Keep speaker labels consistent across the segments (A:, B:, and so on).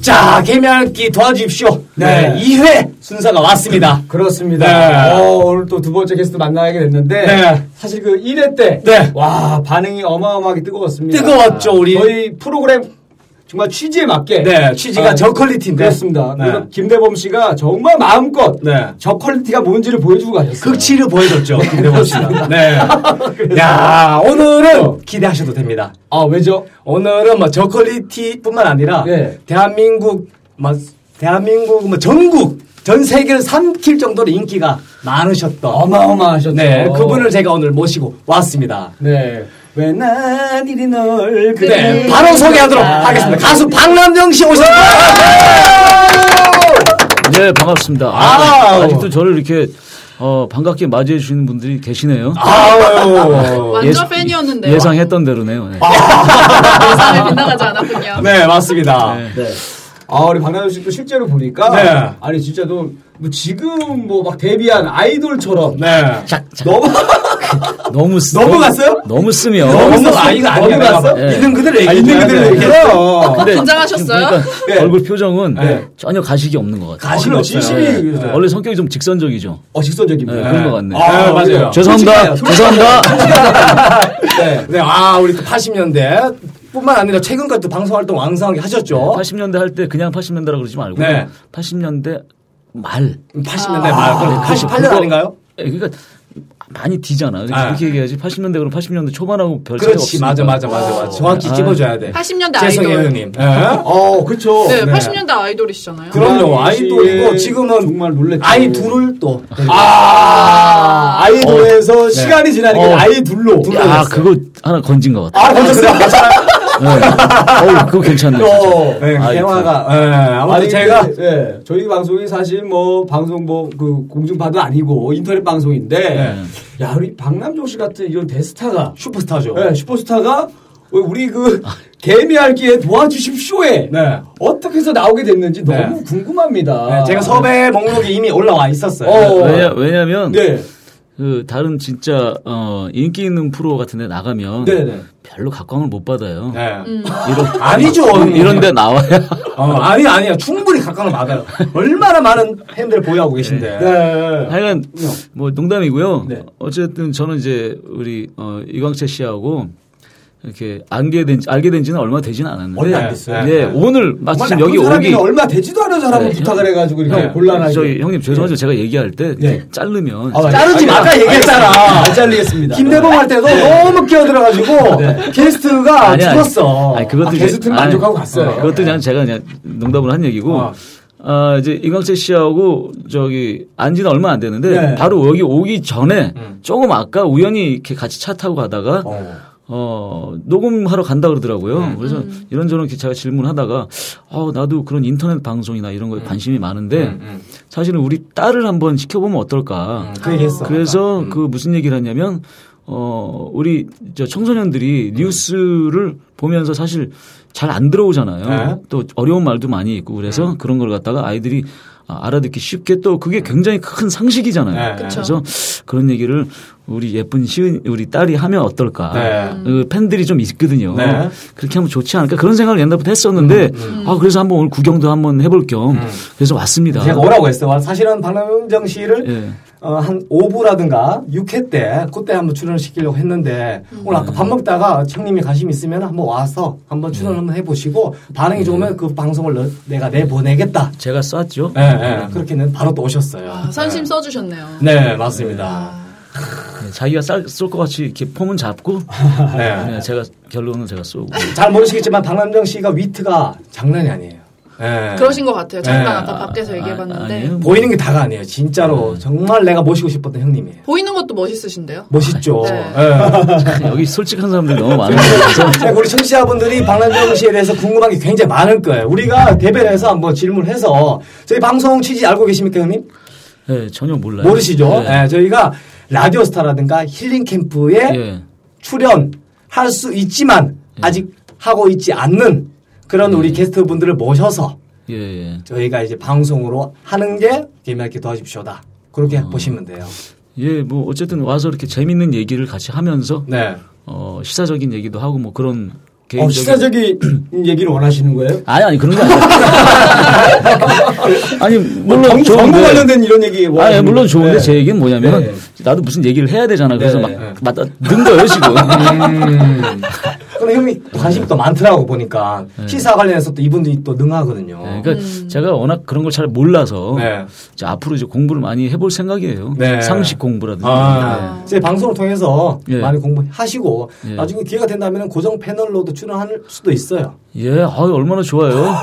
A: 자, 개미알기 도와주십시오. 네.
B: 네.
A: 2회 순서가 왔습니다.
B: 그렇습니다.
A: 네.
B: 어, 오늘 또 두 번째 게스트 만나게 됐는데
A: 네.
B: 사실 그 1회 때
A: 네.
B: 와, 반응이 어마어마하게 뜨거웠습니다.
A: 뜨거웠죠, 우리.
B: 저희 프로그램 정말 취지에 맞게
A: 네, 취지가
B: 아,
A: 저퀄리티인데.
B: 그렇습니다.
A: 네.
B: 그리고 김대범 씨가 정말 마음껏
A: 네. 그
B: 저 퀄리티가 뭔지를 보여주고 가셨어요.
A: 극치를 보여줬죠. 김대범씨가. 네. 야,
B: 어.
A: 오늘은 기대하셔도 됩니다.
B: 아, 왜죠?
A: 오늘은 뭐 저퀄리티뿐만 아니라
B: 네.
A: 대한민국 뭐 대한민국 뭐 전국 전 세계를 삼킬 정도로 인기가 많으셨던
B: 어마어마하셨죠.
A: 네, 그분을 제가 오늘 모시고 왔습니다.
B: 네. 왜 난 이리 널 아,
A: 네,
B: 그리-
A: 바로 소개하도록 하겠습니다. 가수 박남정 씨 네. 오셨습니다.
C: 네 반갑습니다. 아,
A: 아우.
C: 직도 저를 이렇게 어, 반갑게 맞이해 주시는 분들이 계시네요.
A: 아, 아유.
C: 예상-
D: 완전 팬이었는데
C: 예상했던 대로네요. 네.
D: 예상을 빗나가지 않았군요.
A: 네, 맞습니다.
C: 네.
B: 네. 아 우리 박나영 씨도 실제로 보니까
A: 네.
B: 아니 진짜도 뭐 지금 뭐 막 데뷔한 아이돌처럼
A: 네.
B: 너무
C: 너무 쓰,
B: 너무 갔어요?
C: 너무 쓰면
A: 너무
B: 너무
A: 아이가
B: 너무
A: 아니야.
B: 갔어?
A: 내가 있는 그대로
B: 아,
A: 얘기해.
B: 있는 그대로 얘기해요.
C: 근데
D: 긴장하셨어요?
C: 지금 보니까
B: 네.
C: 얼굴 표정은
B: 네.
C: 전혀 가식이 없는 것 같아요.
A: 가식이
B: 어,
A: 없어요.
B: 진심이
A: 네.
B: 그래서.
C: 원래 성격이 좀 직선적이죠.
B: 어 직선적입니다.
C: 네, 그런 것 같네요.
A: 아, 맞아요.
B: 그래요.
C: 죄송합니다.
B: 솔직해요.
C: 죄송합니다.
B: 네.
A: 네, 아, 우리 또 80년대 뿐만 아니라 최근까지 도 방송 활동 왕성하게 하셨죠.
C: 80년대 할 때 그냥 80년대라 그러지 말고
A: 뭐? 네.
C: 80년대 말
A: 음, 80년대 말, 그럼 88년
C: 그거-
A: 아닌가요?
C: 예, 그러니까 많이 디잖아.
A: 아.
C: 그렇게 얘기해야지. 80년대 그럼 80년대 초반하고 별 차이
A: 그렇지,
C: 없으니까.
A: 맞아, 맞아, 맞아, 맞아. 정확히
C: 아.
A: 찝어줘야 돼.
D: 80년대
A: 죄송해요,
D: 아이돌.
A: 형님. 예.
B: 어 그렇죠.
D: 네, 80년대 아이돌이시잖아요.
A: 그럼요,
B: 그 당시에
A: 아이돌이고, 지금은
B: 정말 놀랬죠.
A: 아이 둘을 또.
B: 아 아이돌에서 시간이 지나니까
C: 어.
B: 아이 둘로.
C: 아, 그거 하나 건진 것 같아.
B: 아 던졌어요.
C: 네. 어우, 그거 괜찮네. 진짜.
A: 네,
C: 아이
B: 대화가
A: 예, 아무튼
B: 아니,
A: 제가.
B: 근데, 예, 저희 방송이 사실 뭐 방송 뭐 그 공중파도 아니고 인터넷 방송인데 야 우리 박남정 씨 같은 이런 대스타가
A: 슈퍼스타죠.
B: 예, 슈퍼스타가 왜 우리 그 개미알기에 도와주십쇼에
A: 네.
B: 어떻게 해서 나오게 됐는지
A: 네.
B: 너무 궁금합니다.
A: 네, 제가 섭외 목록에 이미 올라와 있었어요.
B: 아. 어.
C: 왜냐, 왜냐면,
B: 네.
C: 그, 다른 진짜, 어, 인기 있는 프로 같은 데 나가면,
B: 네네.
C: 별로 각광을 못 받아요.
A: 네.
C: 이런,
A: 아니죠. 음.
C: 이런 데 나와야.
A: 어, 아니, 아니야. 충분히 각광을 받아요. 얼마나 많은 팬들 보유하고 계신데.
B: 네.
C: 하여간, 뭐, 농담이고요.
B: 네.
C: 어쨌든 저는 이제, 우리, 어, 이광채 씨하고, 이렇게, 알게 된, 알게 된 지는 얼마 되진 않았는데.
A: 얼마 안 됐어요.
C: 예, 오늘,
B: 네. 정말
C: 마침 여기
B: 나쁜 사람이
C: 오기.
B: 얼마 되지도 않은 사람을
C: 네.
B: 부탁을 해가지고 이렇게
A: 네.
B: 곤란하게.
C: 저희 형님 죄송하죠. 제가 얘기할 때,
B: 네.
C: 자르면.
B: 아,
A: 자르지 마. 아까 네. 얘기했잖아.
B: 안 잘리겠습니다.
A: 김대범 할 때도 너무 끼어들어가지고 게스트가
C: 아니, 아니.
A: 죽었어.
C: 아니, 그것도
B: 아,
C: 이제-
B: 게스트는
C: 아니,
B: 만족하고 갔어요.
C: 어, 그것도 그냥 제가 그냥 농담으로 한 얘기고.
B: 어.
C: 아, 이제 이광재 씨하고 저기 안지는 얼마 안 됐는데
B: 네. 음.
C: 바로 여기 오기 전에 조금 아까 우연히 이렇게 같이 차 타고 가다가
B: 네.
C: 어. 녹음하러 간다 그러더라고요.
A: 네.
C: 그래서
A: 음.
C: 이런저런 이렇게 제가 질문하다가 어, 나도 그런 인터넷 방송이나 이런
A: 음.
C: 거에 관심이 많은데 사실은 우리 딸을 한번 시켜보면 어떨까.
A: 그 얘기했어.
C: 그래서 그 무슨 얘기를 하냐면 어 우리 저 청소년들이 뉴스를 보면서 사실 잘 안 들어오잖아요.
A: 네.
C: 또 어려운 말도 많이 있고
A: 음.
C: 그래서 그런 걸 갖다가 아이들이 아, 알아듣기 쉽게 또 그게 굉장히 큰 상식이잖아요.
A: 네.
C: 그래서 그런 얘기를 우리 예쁜 시은 우리 딸이 하면 어떨까. 그 팬들이 좀 있거든요.
A: 네. 음,
C: 그렇게 하면 좋지 않을까 그런 생각을 옛날부터 했었는데 아 그래서 한번 오늘 구경도 한번 해볼 겸 그래서 왔습니다.
A: 제가 뭐라고 했어.
B: 아,
A: 사실은 박남정 네. 씨를
C: 예.
A: 어, 한 5부라든가 6회 때 그때 한번 출연을 시키려고 했는데 오늘 아까 밥 먹다가 형님이 관심 있으면 한번 와서 한번 출연 한번 해보시고 반응이 좋으면 그 방송을 너- 내가 내보내겠다.
C: 제가 쐈죠.
A: 예, 예. 그렇게는 바로 또 오셨어요.
D: 아, 선심 써주셨네요.
A: 네, 맞습니다.
C: 네, 자기가 쏠 것 같이 이렇게 폼은 잡고
D: 아,
A: 네.
C: 네, 제가 결론은 제가 쏘고
A: 잘 모르시겠지만 박남정 씨가 위트가 장난이 아니에요. 예.
D: 그러신 것 같아요. 잠깐
A: 네.
D: 아까 밖에서
C: 아,
D: 얘기해봤는데
C: 아니에요.
A: 보이는 게 다가 아니에요. 진짜로
D: 음.
A: 정말 내가 모시고 싶었던 형님이에요.
D: 보이는 것도 멋있으신데요.
A: 뭐, 멋있죠.
D: 네.
A: 예.
C: 여기 솔직한 사람들이 너무 많은데 그래서
A: 자, 우리 청취자분들이 박남정 씨에 대해서 궁금한 게 굉장히 많을 거예요. 우리가 대변해서 한번 질문해서 저희 방송 취지 알고 계십니까, 형님?
C: 네, 전혀 몰라요.
A: 모르시죠?
C: 네.
A: 예, 저희가 라디오스타라든가 힐링 캠프에
C: 예.
A: 출연할 수 있지만 아직 하고 있지 않는 그런 우리 게스트분들을 모셔서
C: 예, 예.
A: 저희가 이제 방송으로 하는 게 개미할게 도와주십시오다. 그렇게
C: 아.
A: 보시면 돼요.
C: 예, 뭐 어쨌든 와서 이렇게 재밌는 얘기를 같이 하면서
A: 네.
C: 어, 시사적인 얘기도 하고 뭐 그런 개인적인
B: 시사적인 얘기를 원하시는 거예요?
C: 아니 아니 그런 거 아니에요. 아니 물론
B: 정- 정부
C: 좋은데-
B: 관련된 이런 얘기
C: 아, 예,
B: 원하시는
C: 물론
B: 거예요?
C: 좋은데
B: 네.
C: 제 얘기는 뭐냐면
B: 네.
C: 나도 무슨 얘기를 해야 되잖아. 그래서
B: 네.
C: 막 맞다 는 거예요 지금. 네.
A: 근데 형이 관심이 또 많더라고 보니까 시사 관련해서 또 이분들이 또 능하거든요.
B: 음.
C: 네, 예. 그러니까 제가 워낙 그런 걸 잘 몰라서
A: 네.
C: 이제 앞으로 이제 공부를 많이 해볼 생각이에요.
A: 네.
C: 상식 공부라든지.
A: 아, 제 방송을 통해서
C: 예.
A: 많이 공부하시고
C: 예.
A: 나중에 기회가 된다면 고정 패널로도 출연할 수도 있어요.
C: 예, 아유 얼마나 좋아요.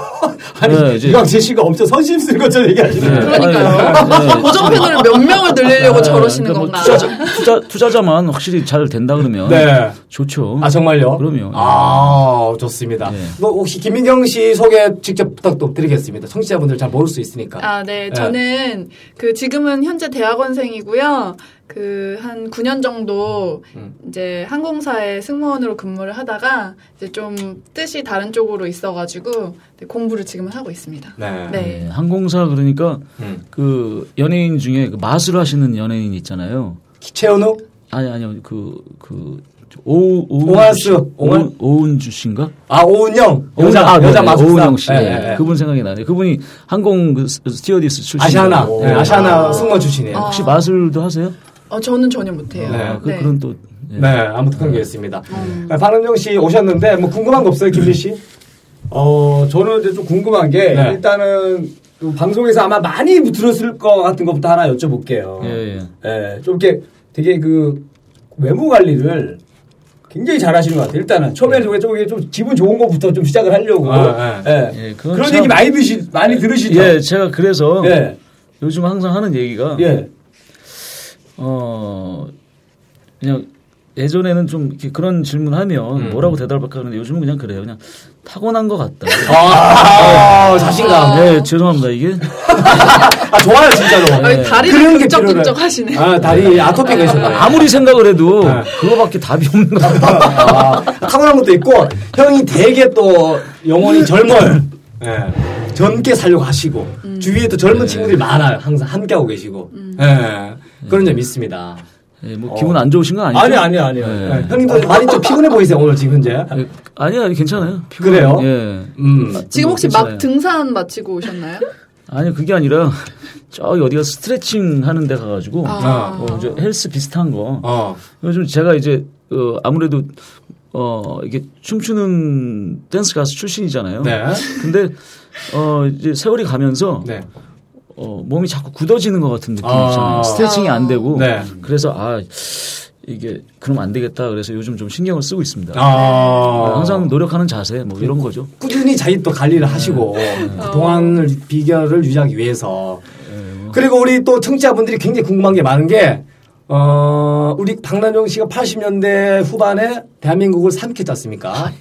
B: 아니
C: 네, 이제-
B: 이광재 씨가 엄청 선심 쓴 것처럼 얘기하시는 거예요.
C: 아유,
D: 그러니까요.
C: 예.
D: 고정 패널을 몇 명을 늘리려고 저러시는
C: 그러니까 뭐
D: 건가?
C: 투자, 투자, 자만 확실히 잘 된다 그러면
A: 네.
C: 좋죠.
A: 아 정말요?
C: 그럼요.
A: 아 좋습니다.
C: 네.
A: 뭐 혹시 김민경 씨 소개 직접 부탁드리겠습니다. 청취자분들 잘 모를 수 있으니까.
D: 아, 네.
A: 예.
D: 저는 그 지금은 현재 대학원생이고요. 그 한 9년 정도 이제 항공사에 승무원으로 근무를 하다가 이제 좀 뜻이 다른 쪽으로 있어가지고 이제 공부를 지금은 하고 있습니다.
A: 네.
D: 네.
C: 예, 항공사 그러니까
A: 음.
C: 그 연예인 중에 그 마술 하시는 연예인 있잖아요.
A: 최은우
C: 아니 아니요 그그 오우 오우
A: 오한수, 오한-
C: 오은주 씨인가?
A: 아 오은영 여자
C: 오은영,
A: 여자
C: 네,
A: 마술사
C: 오은영 씨.
A: 예,
C: 예,
A: 예, 예.
C: 그분 생각이 나네요. 그분이 항공 그 스- 스튜어디스 출신.
A: 아시아나
B: 오.
A: 예, 아시아나 승무원 출신이에요.
D: 아.
C: 혹시 마술도 하세요?
D: 어, 저는 전혀 못해요.
A: 네,
C: 아, 그, 그런 또 예.
A: 네 아무튼 그런 게 있습니다. 네, 박은정 씨 오셨는데 뭐 궁금한 거 없어요 김민 씨?
B: 어, 저는 이제 좀 궁금한 게
A: 네.
B: 일단은 그 방송에서 아마 많이 들었을 것 같은 것부터 하나 여쭤볼게요.
C: 예,
B: 예, 좀 이렇게 되게 그 외모 관리를 굉장히 잘 하시는 것 같아요. 일단은 처음에 저게 좀, 이게 좀 기분 좋은 것부터 좀 시작을 하려고.
A: 아,
B: 예.
C: 예. 예, 그건
B: 그런
C: 참-
B: 얘기 많이 드시 많이 들으시죠?
C: 예, 제가 그래서
A: 네.
B: 예.
C: 요즘 항상 하는 얘기가
B: 예.
C: 어 그냥 예전에는 좀 이렇게 그런 질문하면
B: 음.
C: 뭐라고 대답할까 하는데 요즘은 그냥 그래요. 그냥 타고난 것 같다.
A: 아 자신감.
C: 네, 죄송합니다. 이게
A: 아 좋아요 진짜로.
D: 아니, 다리를
A: 그런 게
D: 긁적긁적
A: 필요해요.
D: 하시네.
A: 아 다리 아토피가 있었나요?
C: 아무리 생각을 해도
B: 네.
C: 그거밖에 답이 없는 것 같아요.
A: 아, 타고난 것도 있고 형이 되게 또 영혼이 젊어요. 예. 젊게 살려고 하시고 주위에 또 젊은
C: 예.
A: 친구들이 많아요. 항상 함께하고 계시고 예. 그런 점이 있습니다.
C: 예, 뭐 기분 안 좋으신 건 아니죠?
B: 어. 아니 아니 아니요.
C: 예.
B: 예.
A: 형님도 어, 많이 좀 피곤해 보이세요 오늘 지금 현재.
C: 예, 아니 아니 괜찮아요.
B: 어?
A: 그래요?
C: 예.
A: 음.
D: 지금 혹시
C: 괜찮아요.
D: 막 등산 마치고 오셨나요?
C: 아니 그게 아니라 저기 어디가 스트레칭 하는 데 가가지고
D: 아.
C: 어, 이제 헬스 비슷한 거
A: 어.
C: 요즘 제가 이제 어, 아무래도 어 이게 춤추는 댄스 가수 출신이잖아요.
A: 네.
C: 근데 어 이제 세월이 가면서
A: 네.
C: 어 몸이 자꾸 굳어지는 것 같은 느낌이
A: 아.
C: 있잖아요. 스트레칭이 안 되고
A: 네.
C: 그래서 아 이게 그럼 안 되겠다. 그래서 요즘 좀 신경을 쓰고 있습니다.
A: 아.
C: 네, 항상 노력하는 자세 뭐 이런 거죠.
A: 꾸준히 자기 또 관리를 하시고
C: 네.
D: 어.
A: 그 동안을 비결을 유지하기 위해서
C: 뭐.
A: 그리고 우리 또 청취자분들이 굉장히 궁금한 게 많은 게 어, 우리 박난정 씨가 80년대 후반에 대한민국을 삼켰지 않습니까?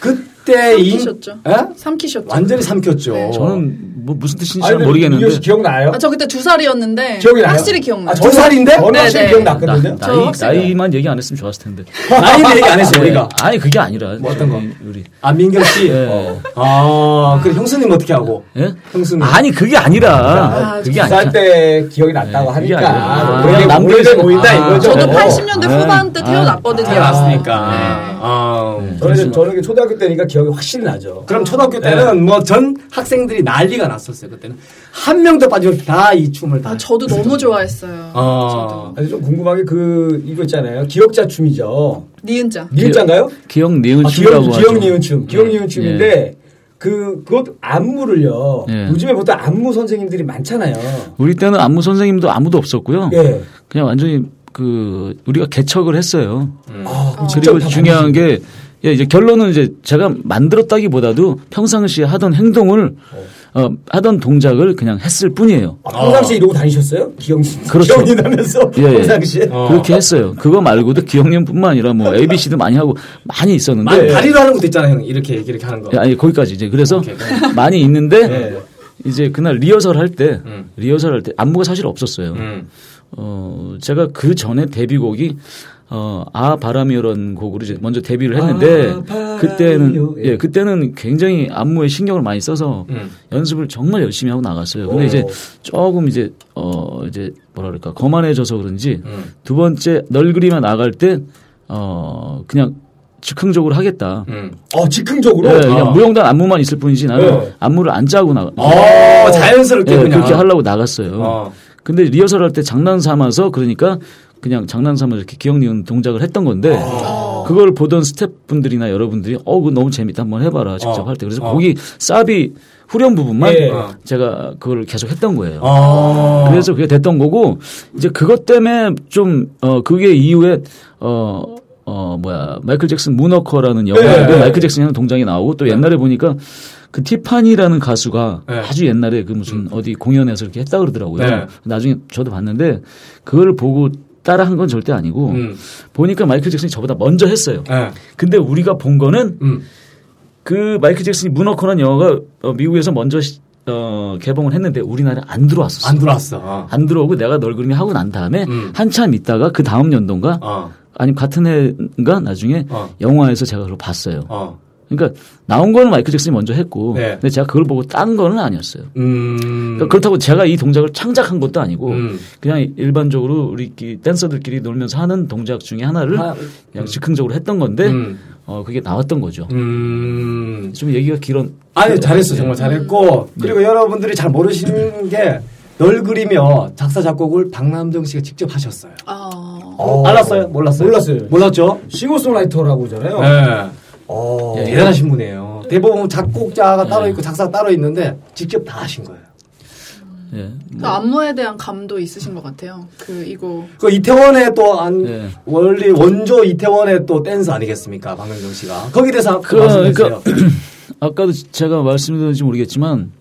A: 그때 이
D: 아, 삼키셨죠.
A: 예?
D: 삼키셨죠?
A: 완전히 삼켰죠.
D: 네.
C: 저는 뭐 무슨 뜻인지
B: 아니,
C: 잘
B: 근데
C: 모르겠는데
B: 이거 혹시 기억나요?
D: 아, 저 그때 두 살이었는데
B: 기억이 나요?
D: 확실히 기억나요.
A: 아, 두 살인데?
B: 저는 확실히
D: 네, 네.
C: 나,
B: 기억났거든요.
D: 저 확실히.
C: 나이, 만 얘기 안 했으면 좋았을 텐데.
A: 나이는 얘기 안 했어요,
C: 네.
A: 우리가.
C: 아니 그게 아니라
A: 뭐 어떤 거?
C: 저희 우리
A: 아, 민경 씨.
C: 예.
A: 어. 아, 그래, 형수님 어떻게 하고?
C: 예?
A: 형수님.
C: 아니 그게 아니라
D: 아,
C: 그게 아니라.
B: 쌀때 기억이 났다고
C: 네, 그게
B: 하니까
C: 아니라.
B: 오래된-
A: 아, 남들
B: 오래된
A: 아,
B: 모인다 이거죠.
D: 저도
A: 어.
D: 80년대 후반 때
C: 아,
D: 태어났거든요.
A: 태어났으니까.
D: 네.
A: 아,
B: 저는 이제- 저는 이게 초등학교 때니까 기억이 확실히 나죠. 네.
A: 그럼 초등학교 때는 뭐 전 학생들이 난리가 났었어요 그때는 한 명도 빠지고 다 이 춤을 다.
D: 아, 저도 너무 좋아했어요.
A: 아,
B: 아니 좀 궁금한 게 그 이거 있잖아요. 기억자 춤이죠.
D: 니은자.
B: 니은자인가요?
C: 기억 니은
B: 아,
C: 그 춤이라고
B: 기억
C: 하죠. 네.
B: 기억 니은 춤. 기억 니은 춤인데 그 그것 안무를요.
C: 예.
B: 요즘에 보통 안무 선생님들이 많잖아요.
C: 우리 때는 안무 선생님도 아무도 없었고요.
B: 예.
C: 그냥 완전히 그 우리가 개척을 했어요.
B: 아, 그럼 진짜
C: 음. 그리고
B: 다
C: 중요한 게 예, 이제 결론은 이제 제가 만들었다기보다도 평상시에 하던 행동을 어, 하던 동작을 그냥 했을 뿐이에요.
B: 아, 평상시에 이러고 다니셨어요? 기억
C: 그렇죠.
B: 기억이 나면서
C: 예, 예.
B: 평상시에.
C: 그렇게 했어요. 그거 말고도 기억력뿐만 아니라 뭐 ABC도 많이 하고 많이 있었는데
A: 만 다리로 하는 것도 있잖아요, 형. 이렇게 이렇게 이렇게 하는 거.
C: 예, 아니 거기까지 이제 그래서
A: 오케이, 네,
C: 많이 있는데
B: 예.
C: 이제 그날 리허설 할 때 리허설 할 때 안무가 사실 없었어요.
A: 음.
C: 어 제가 그 전에 데뷔곡이 어아 바람이요라는 곡으로 이제 먼저 데뷔를 했는데
B: 아, 바람이요.
C: 그때는
B: 예.
C: 예 그때는 굉장히 안무에 신경을 많이 써서
A: 음.
C: 연습을 정말 열심히 하고 나갔어요. 근데
B: 오.
C: 이제 조금 이제 어 이제 뭐라 그럴까
A: 음.
C: 거만해져서 그런지 두 번째 널그리며 나갈 때 어 그냥 즉흥적으로 하겠다.
E: 음.
B: 어, 즉흥적으로?
C: 예, 그냥
B: 아.
C: 무용단 안무만 있을 뿐이지 나는
B: 네.
C: 안무를 안 짜고 나가.
A: 아,
E: 어, 자연스럽게
C: 예,
E: 그냥.
C: 그렇게 하려고 나갔어요.
E: 어.
C: 근데 리허설 할 때 장난 삼아서 그러니까 그냥 장난 삼아서 이렇게 기억니은 동작을 했던 건데 그걸 보던 스태프분들이나 여러분들이 어, 그거 너무 재밌다. 한번 해봐라. 직접
E: 어.
C: 할 때. 그래서
E: 어.
C: 거기 사비 후렴 부분만
B: 예.
C: 제가 그걸 계속 했던 거예요.
E: 어.
C: 그래서 그게 됐던 거고 이제 그것 때문에 좀 어 그게 이후에 어 어, 뭐야, 마이클 잭슨 문어커라는 영화에도 그
B: 네.
C: 마이클 잭슨 하는 동장이 나오고 또 옛날에 보니까 그 티파니라는 가수가
E: 네. 음.
C: 아주 옛날에 그 무슨 어디 공연에서 이렇게 했다 그러더라고요.
E: 네.
C: 나중에 저도 봤는데 그걸 보고 따라 한 건 절대 아니고
E: 음.
C: 보니까 마이클 잭슨이 저보다 먼저 했어요.
E: 예.
C: 근데 우리가 본 거는
E: 음.
C: 그 마이클 잭슨이 문어커라는 영화가 어, 미국에서 먼저 시- 어, 개봉을 했는데 우리나라에 안 들어왔었어요.
E: 안 들어왔어. 어.
C: 안 들어오고 내가 널 그림이 하고 난 다음에
E: 음.
C: 한참 있다가 그 다음 연도인가
E: 어.
C: 아니면 같은 해인가 나중에
E: 어.
C: 영화에서 제가 그걸 봤어요.
E: 어.
C: 그러니까 나온 거는 마이클 잭슨이 먼저 했고
E: 네.
C: 근데 제가 그걸 보고 딴 거는 아니었어요.
E: 음.
C: 그러니까 그렇다고 제가 이 동작을 창작한 것도 아니고
E: 음.
C: 그냥 일반적으로 우리끼리 댄서들끼리 놀면서 하는 동작 중에 하나를 그냥 즉흥적으로 했던 건데
E: 아, 음.
C: 어, 그게 나왔던 거죠.
E: 음.
C: 좀 얘기가 길은
A: 아니 잘했어 정말 잘했고 그리고 여러분들이 잘 모르시는 게 널 그리며 작사 작곡을 박남정 씨가 직접 하셨어요.
D: 어.
B: 어.
A: 알았어요? 몰랐어요?
B: 몰랐어요.
A: 몰랐죠?
B: 싱어송라이터라고 하잖아요.
C: 네.
E: 예.
B: 어.
C: 예.
A: 네. 대단하신 분이에요. 대부분 작곡자가 따로
C: 네.
A: 있고 작사가 따로 있는데 직접 다 하신 거예요.
C: 예.
D: 그 안무에 대한 감도 있으신 것 같아요. 그 이거
A: 그 이태원의 또 안,
C: 네.
A: 원리 원조 이태원의 또 댄스 아니겠습니까? 박명정 씨가 거기에 대해서
C: 그,
A: 말씀해 주세요.
C: 그러니까 아까도 제가 말씀드렸는지 모르겠지만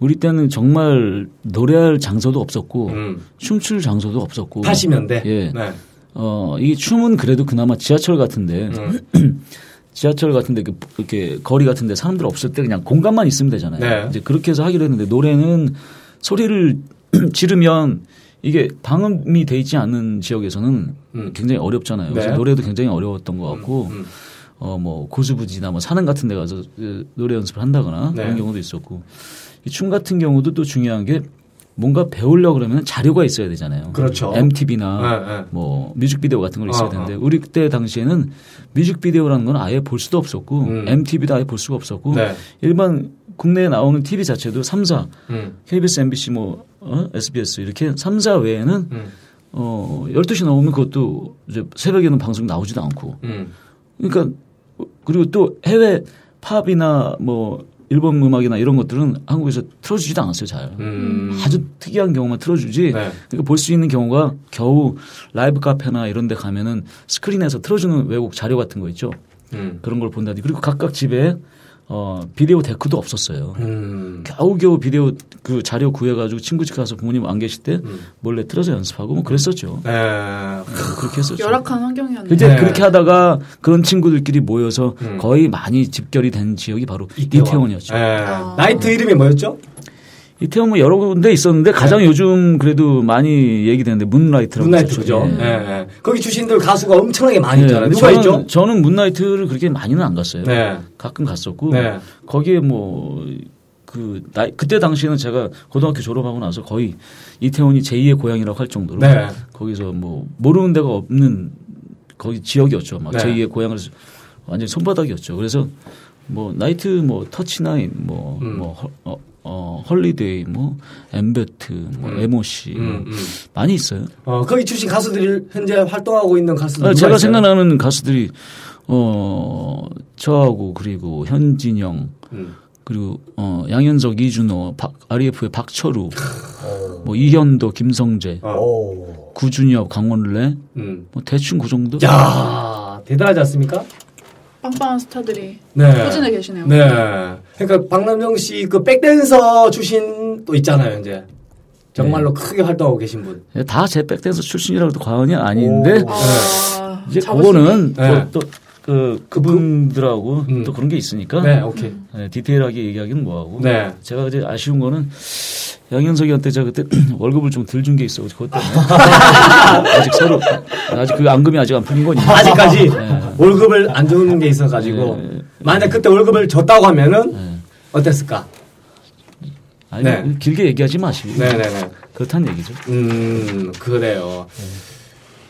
C: 우리 때는 정말 노래할 장소도 없었고
E: 음.
C: 춤출 장소도 없었고
A: 80년대.
C: 예.
E: 네.
C: 어, 이 춤은 그래도 그나마 지하철 같은데 지하철 같은데 그- 이렇게 거리 같은데 사람들 없을 때 그냥 공간만 있으면 되잖아요.
E: 네.
C: 이제 그렇게 해서 하기로 했는데 노래는 소리를 지르면 이게 방음이 돼 있지 않은 지역에서는
E: 음.
C: 굉장히 어렵잖아요. 그래서
E: 네.
C: 노래도 굉장히 어려웠던 것 같고
E: 음.
C: 어 뭐 고수부지나 뭐 산행 같은 데 가서 그 노래 연습을 한다거나
E: 네.
C: 그런 경우도 있었고 이 춤 같은 경우도 또 중요한 게 뭔가 배우려 그러면 자료가 있어야 되잖아요.
A: 그렇죠.
C: MTV나
E: 네, 네.
C: 뭐 뮤직비디오 같은 걸 있어야
E: 어,
C: 되는데 우리 그때 당시에는 뮤직비디오라는 건 아예 볼 수도 없었고
E: 음.
C: MTV도 아예 볼 수가 없었고
E: 네.
C: 일반 국내에 나오는 TV 자체도 3사
E: 음.
C: KBS, MBC 뭐 어? SBS 이렇게 3사 외에는
E: 음.
C: 어 12시 넘으면 그것도 이제 새벽에는 방송 나오지도 않고
E: 음.
C: 그러니까 그리고 또 해외 팝이나 뭐 일본 음악이나 이런 것들은 한국에서 틀어주지도 않았어요 잘.
E: 음.
C: 아주 특이한 경우만 틀어주지.
E: 네.
C: 그러니까 볼 수 있는 경우가 겨우 라이브 카페나 이런 데 가면은 스크린에서 틀어주는 외국 자료 같은 거 있죠.
E: 음.
C: 그런 걸 본다든지. 그리고 각각 집에 어, 비디오 데크도 없었어요.
E: 음.
C: 겨우겨우 비디오 그 자료 구해가지고 친구 집 가서 부모님 안 계실 때
E: 음.
C: 몰래 틀어서 연습하고 뭐 그랬었죠.
E: 네.
C: 그렇게 했었죠.
D: 열악한 환경이었는데.
C: 이제
E: 네.
C: 그렇게 하다가 그런 친구들끼리 모여서
E: 음.
C: 거의 많이 집결이 된 지역이 바로
A: 이태원.
C: 이태원. 이었죠
E: 예.
B: 네,
D: 어.
A: 나이트 이름이 뭐였죠?
C: 이태원 뭐 여러 군데 있었는데 가장 요즘 그래도 많이 얘기되는데 문라이트라고.
A: 네. 문나이트
C: 있었죠.
A: 그죠?
C: 예.
E: 예. 예.
A: 네, 거기 출신들 가수가 엄청나게 많이
C: 예,
A: 있잖아요.
C: 근데
A: 누가
C: 저는,
A: 있죠?
C: 저는 문나이트를 그렇게 많이는 안 갔어요.
E: 네.
C: 가끔 갔었고
E: 네.
C: 거기에 뭐 그 나이 그때 당시에는 제가 고등학교 졸업하고 나서 거의 이태원이 제2의 고향이라고 할 정도로
E: 네.
C: 거기서 뭐 모르는 데가 없는 거기 지역이었죠. 막
E: 네.
C: 제2의 고향을 완전 히 손바닥이었죠. 그래서 뭐 나이트 뭐 터치나인 뭐뭐
E: 음.
C: 어, 어, 헐리데이 뭐 엠베트 뭐 MOC 뭐
E: 음. 음.
C: 많이 있어요.
A: 어, 거기 출신 가수들이 현재 활동하고 있는
E: 음.
A: 가수들
C: 아,
A: 누가
C: 제가
A: 있어요?
C: 생각나는 가수들이 어 저하고 그리고 현진영
E: 음.
C: 그리고 어 양현석 이준호 박, RF의 박철우 뭐 이현도 김성재
B: 어.
C: 구준엽 강원래
E: 음.
C: 뭐 대충 그 정도
A: 야 대단하지 않습니까?
D: 빵빵한 스타들이
E: 네.
D: 포진해 계시네요.
E: 네.
A: 그러니까 박남정 씨 그 백댄서 출신 또 있잖아요 이제 정말로 크게 활동하고 계신 분.
C: 예, 다 제 백댄서 출신이라고도 과언이 아닌데
D: 아,
C: 이제
D: 자부심.
C: 그거는
E: 네.
C: 또, 또 그, 그분들하고
E: 음.
C: 또 그런 게 있으니까
E: 네, 오케이.
C: 네, 디테일하게 얘기하기는 뭐하고
E: 네.
C: 제가 이제 아쉬운 거는 양현석이한테 제가 그때 월급을 좀 덜 준 게 있어 그것 때문에 아직 서로 아직 그 앙금이 아직 안 풀린 거니까
A: 아직까지
C: 네.
A: 월급을 안 주는 게 있어가지고
C: 네.
A: 만약 그때 월급을 줬다고 하면은 어땠을까?
C: 아니, 뭐
E: 네.
C: 길게 얘기하지 마시고
E: 네, 네, 네.
C: 그렇다는 얘기죠
E: 음.
A: 음 그래요.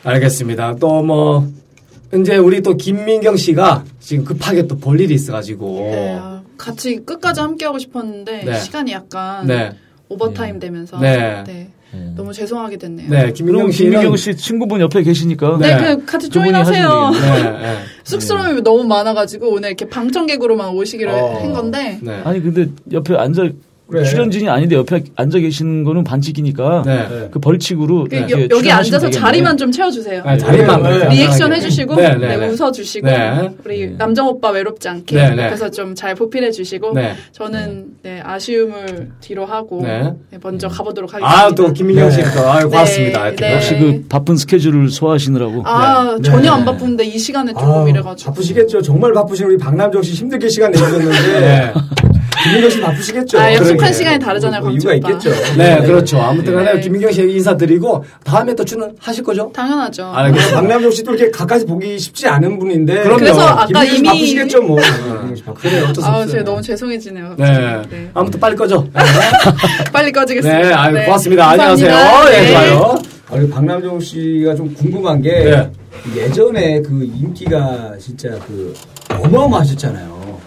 A: 알겠습니다. 또 뭐 이제 우리 또 김민경 씨가 지금 급하게 또 볼 일이 있어가지고.
D: 네, 아, 같이 끝까지 함께 하고 싶었는데
A: 네.
D: 시간이 약간
A: 네.
D: 오버타임 되면서
A: 네.
D: 네, 너무 죄송하게 됐네요.
A: 네, 김민경
C: 그럼
A: 씨는.
C: 김민경 씨 친구분 옆에 계시니까
D: 네,
A: 네.
D: 그 같이
C: 그분이
D: 조인하세요.
C: 하시는
A: 네, 네.
D: 쑥스러움이 너무 많아가지고 오늘 이렇게 방청객으로만 오시기로
B: 어.
D: 한 건데
A: 네.
C: 아니 근데 옆에 앉아
B: 그래.
C: 출연진이 아닌데 옆에 앉아 계시는 거는 반칙이니까
A: 네.
B: 네.
C: 그 벌칙으로
D: 그
C: 이렇게
D: 여, 여기
C: 출연하시면
D: 앉아서
C: 되겠네.
D: 자리만 좀 채워주세요.
A: 아, 자리만
B: 네.
A: 그렇게
D: 리액션
A: 간단하게.
D: 해주시고
A: 네, 네,
D: 네,
A: 네.
D: 웃어주시고
A: 네.
D: 우리 남정 오빠 외롭지 않게
A: 네, 네.
D: 옆에서 좀 잘 보필해주시고
A: 네.
D: 저는 네, 아쉬움을 뒤로 하고
A: 네.
D: 네, 먼저 가보도록 하겠습니다.
A: 아, 또 김민경
B: 네.
A: 씨또 아유, 고맙습니다.
D: 네,
A: 이렇게.
D: 네.
C: 역시 그 바쁜 스케줄을 소화하시느라고
D: 아,
A: 네.
D: 전혀
A: 네.
D: 안 바쁜데 이 시간에 조금
B: 아우,
D: 이래가지고
B: 바쁘시겠죠. 정말 바쁘신 우리 박남정 씨 힘들게 시간 내주셨는데
A: 네.
B: 김민경 씨 바쁘시겠죠.
D: 아, 약속한
B: 그러게.
D: 시간이 다르잖아요,
B: 뭐
D: 광주
B: 이유가
D: 오빠.
B: 있겠죠.
A: 네, 그렇죠. 아무튼 간에
D: 네.
A: 김민경 씨 인사드리고 다음에 또 출연하실 거죠?
D: 당연하죠.
A: 아,
B: 그래서 박남정 씨도 이렇게 가까이 보기 쉽지 않은 분인데
A: 그럼요. 그래서
D: 아까
B: 김민경 씨
D: 이미-
B: 바쁘시겠죠 뭐. 김민경 씨 바쁘-
A: 그래, 어쩔 수
D: 아우,
A: 없어요.
D: 제가 너무 죄송해지네요.
A: 네.
D: 갑자기. 네.
A: 아무튼 빨리 꺼져.
D: 빨리 꺼지겠습니다.
A: 네, 아유, 고맙습니다.
D: 감사합니다.
A: 안녕하세요. 예, 좋아요.
B: 아, 그리고 박남정 씨가 좀 궁금한 게
A: 네.
B: 예전에 그 인기가 진짜 그 어마어마하셨잖아요.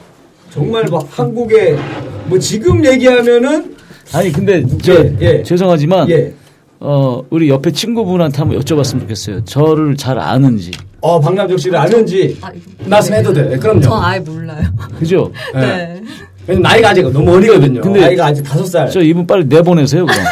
B: 정말 막 한국에 뭐 지금 얘기하면은
C: 아니 근데 저
B: 예, 예.
C: 죄송하지만
B: 예.
C: 어 우리 옆에 친구분한테 한번 여쭤봤으면 좋겠어요 저를 잘 아는지
B: 어 박남정 씨를 아는지
F: 아,
A: 말씀 해도 돼. 네, 그럼요.
F: 전 아예 몰라요.
C: 그죠
A: 네.
F: 네.
A: 왜냐면 나이가 아직 너무 어리거든요.
C: 근데-
B: 아이가 아직 다섯 살.
C: 저 이분 빨리 내보내세요 그럼